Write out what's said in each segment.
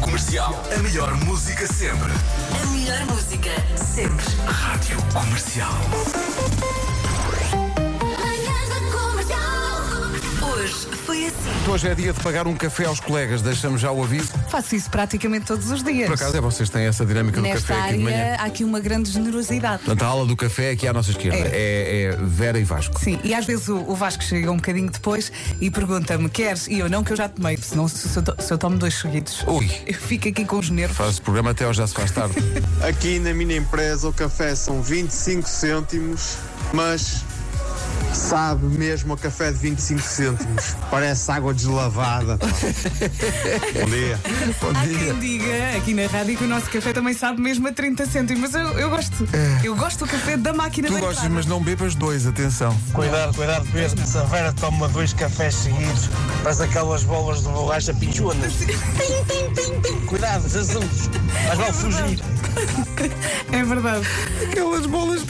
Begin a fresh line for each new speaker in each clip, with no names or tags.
Comercial. A melhor música sempre.
A melhor música sempre.
Rádio Comercial.
Manhãs da Comercial. Hoje foi assim.
Hoje é dia de pagar um café aos colegas, deixamos já o aviso.
Faço isso praticamente todos os dias.
Por acaso é vocês têm essa dinâmica do
Nesta
café aqui de
área
manhã.
há aqui uma grande generosidade.
Portanto, a aula do café é aqui à nossa esquerda é, é Vera e Vasco.
Sim, e às vezes o, o Vasco chega um bocadinho depois e pergunta-me: queres? E eu não, que eu já tomei, senão se, se eu, to- se eu tomo dois seguidos,
Ui.
eu fico aqui com os nervos.
Faz o programa até hoje já se faz tarde.
Aqui na minha empresa o café são 25 cêntimos, mas sabe mesmo a café de 25 cêntimos. Parece água deslavada. pá. Bom dia.
Há quem diga aqui na rádio que o nosso café também sabe mesmo a 30 cêntimos, mas eu, eu gosto. Eu gosto do café da máquina
É. tu
da
gostas,
entrada.
mas não bebas dois, atenção.
Cuidado, cuidado, Pedro. Se a Vera toma dois cafés seguidos, faz aquelas bolas de borracha pichuanas. Pim, pim, pim, pim. Cuidado, Jesus. Mas vale fugir.
É verdade.
Aquelas bolas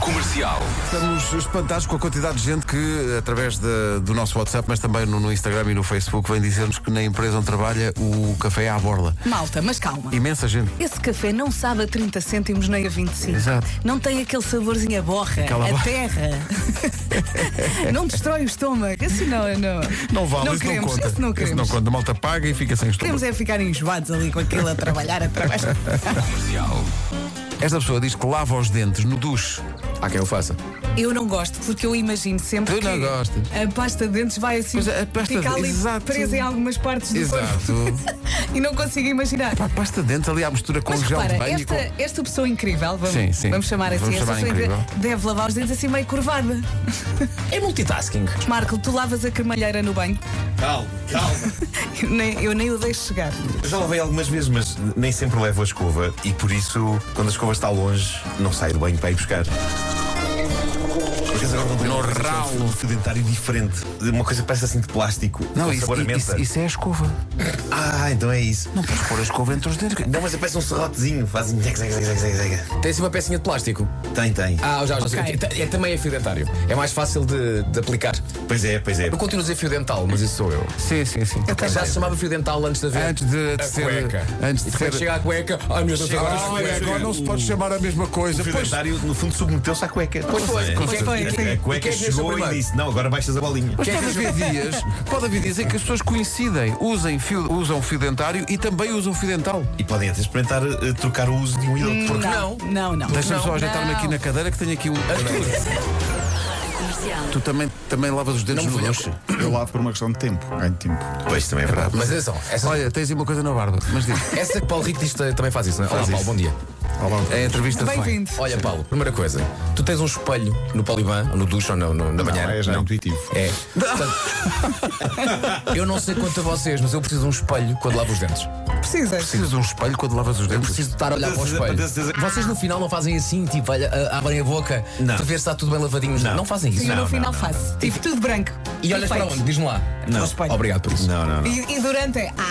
Comercial.
Estamos espantados com a quantidade de gente que, através da- do nosso WhatsApp, mas também no, no Instagram e no Facebook, vem dizer-nos que na empresa onde trabalha o café é à borla.
Malta, mas calma.
Imensa gente.
Esse café não sabe a 30 cêntimos nem a 25.
Exato.
Não tem aquele saborzinho a borra,
Aquela
a
borra.
terra. não destrói o estômago. Assim não, não.
Não vale, isso
queremos,
não conta.
Isso não
Isso
queremos.
não conta. A malta paga e fica sem estômago.
Queremos é ficar enjoados ali com aquilo a trabalhar, a trabalhar.
Esta pessoa diz que lava os dentes no duche. Há quem o faça.
Eu não gosto, porque eu imagino sempre
Tu
que
não gostas.
a pasta de dentes vai assim,
Mas a pasta
fica
de-
ali
exato.
presa em algumas partes do corpo.
Exato.
E não consigo imaginar.
Pá, pasta de dente ali à mistura com
Mas
gel
repara,
de banho
esta,
e
esta pessoa é incrível, vamos,
Sim, sim.
vamos chamar assim,
Vamos
esta
chamar
pessoa
incrível.
deve lavar os dentes assim meio curvada.
É multitasking.
Marco, tu lavas a cremalheira no banho? Calma, calma. eu, nem, eu nem o deixo chegar.
Eu já lavei algumas vezes, mas nem sempre levo a escova e por isso, quando a escova está longe, não saio do banho para ir buscar. Por acaso agora não tenho uma coisa que é um fio- um fio dentário diferente. Uma coisa que parece assim de plástico.
com... Não,
com
isso,
sabor a menta.
isso, isso é a escova.
Ah, então é isso.
Não podes pôr a escova entre os dentes.
Não, mas é parece um serrotezinho. Fazem. Zega, zega, zega, zega, zega.
Tem assim uma pecinha de plástico.
Tem, tem.
Ah, já, já
Ok.
sei. É, é também é fio dentário. É mais fácil de, de aplicar.
Pois é, pois é.
Eu continuo a dizer fio dental, mas isso sou eu.
Sim, sim, sim.
Já se chamava fio dental antes de haver.
Antes de, de
a
ser.
cueca.
Antes
E
de
depois
ser.
chega à cueca. Ai meu Deus, agora.
Ah,
isto é-
olha, agora não se pode chamar a mesma coisa.
O fio
Pois,
dentário, no fundo, submeteu-se à cueca.
Pois foi,
É,
pois
a-
foi, sim.
A
E quem
cueca
é que deixou
chegou e
primeiro?
disse: Não, agora baixas a bolinha.
Quem é
pode
que-
haver dias, pode haver dias em que as pessoas coincidem, usem fio, usam fio dentário e também usam fio dental.
E podem até experimentar eh, trocar o uso de um e
Hum.
outro. Porque
Não, não, não.
Deixa-me
Não,
só ajeitar-me
não.
aqui na cadeira que tenho aqui um.
Comercial.
Tu também, também lavas os dentes
Não me
no
venhas.
duche.
Eu lavo por uma questão de tempo, ganho tempo.
Pois também é verdade.
Mas atenção, essa,
Olha, tens aí uma coisa na barba, mas diz.
essa que Paulo Rico diz também faz isso, não é? Olá, Paulo, bom dia.
É a entrevista de
Bem-vindo.
Olha, Paulo, primeira coisa, tu tens um espelho no Poliban, ou no ducho, ou no, no, na banheira.
é já intuitivo.
É. Portanto, eu não sei quanto a vocês, mas eu preciso de um espelho quando lavo os dentes.
Precisas.
Precisas de um espelho quando lavas os dentes?
Preciso de estar a olhar para o
Para ter
espelho.
certeza-
Vocês no final não fazem assim, tipo, olha, a- abrem a boca
Não.
para ver se está tudo bem lavadinho. Não, fazem isso.
E eu
Não,
no
não,
final
não,
faço. Tive tudo branco.
E olhas para onde?
Perfeito.
Diz-me lá.
Não.
espelho.
Obrigado por isso.
Não, não, não.
E, e durante é. Ah!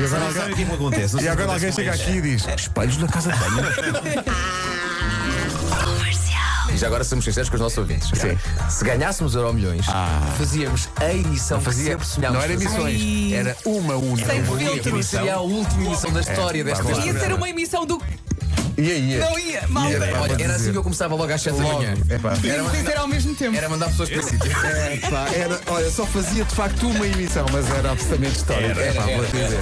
Mas agora sabe o que é que acontece? Não
E
sei
agora
o que
alguém
acontece
chega aqui
com
e diz: Espelhos na casa de banho.
E já agora somos sinceros com os nossos ouvintes. ok? Se ganhássemos euro milhões, fazíamos a emissão que
Fazia,
sempre sonhámos.
não era
fazer.
emissões,
Ai.
era uma única.
Sem
Seria-
filtro.
Seria a última emissão É, da história desta
bárbaro.
Ia ser uma emissão do.
E aí? é?
Não ia, malta.
Ia, pá.
Tínhamos
Olha, era assim que eu começava logo às 7 da manhã.
de dizer ao mesmo tempo.
Era mandar pessoas para sítio.
Era, olha, só fazia de facto uma emissão, mas era absolutamente histórica. É pá, vou te dizer.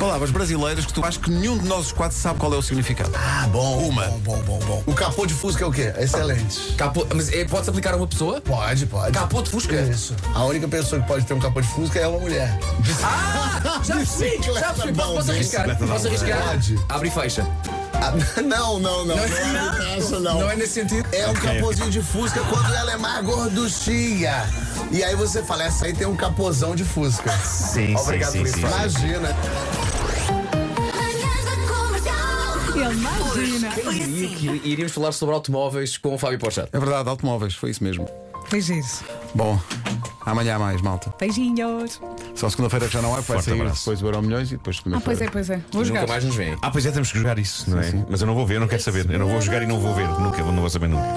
Palavras brasileiras que tu acho que nenhum de nós os quatro sabe qual é o significado.
Ah, bom. Uma. Bom, bom, bom, bom. O capô de Fusca é o quê? Excelente.
Capô, mas é, pode-se aplicar a uma pessoa?
Pode, pode.
Capô de Fusca?
Isso. A única pessoa que pode ter um capô de Fusca é uma mulher.
Ah, já percebi,
Bicicleta
já percebi. Posso,
bom,
posso arriscar?
bicicleta
Posso
bom.
arriscar?
Verdade.
Abre e fecha.
Ah, não, não, não. Não, é essa, não.
Não é nesse sentido?
É um capôzinho de Fusca quando ela é mais gorduchinha. E aí você fala, essa aí tem um capozão de Fusca.
Sim,
Obrigado
sim,
por
sim,
isso.
sim.
Imagina.
Manhãs da Comercial.
Ele imagina.
Hoje foi assim.
E iríamos falar sobre automóveis com o Fábio Pochá.
É verdade, automóveis, foi isso mesmo.
Beijinhos.
Bom, amanhã há mais, malta.
Beijinhos.
Só segunda-feira que já não há, que vai
Forte
sair
abraço.
depois o Euro Milhões e depois
Ah, pois é,
segunda-feira.
pois é. Vou jogar.
Nunca mais nos veem.
Ah, pois é, temos que jogar isso, não é? Mas eu não vou ver, eu não quero saber. Eu não vou jogar e não vou ver. Nunca, não vou saber nunca.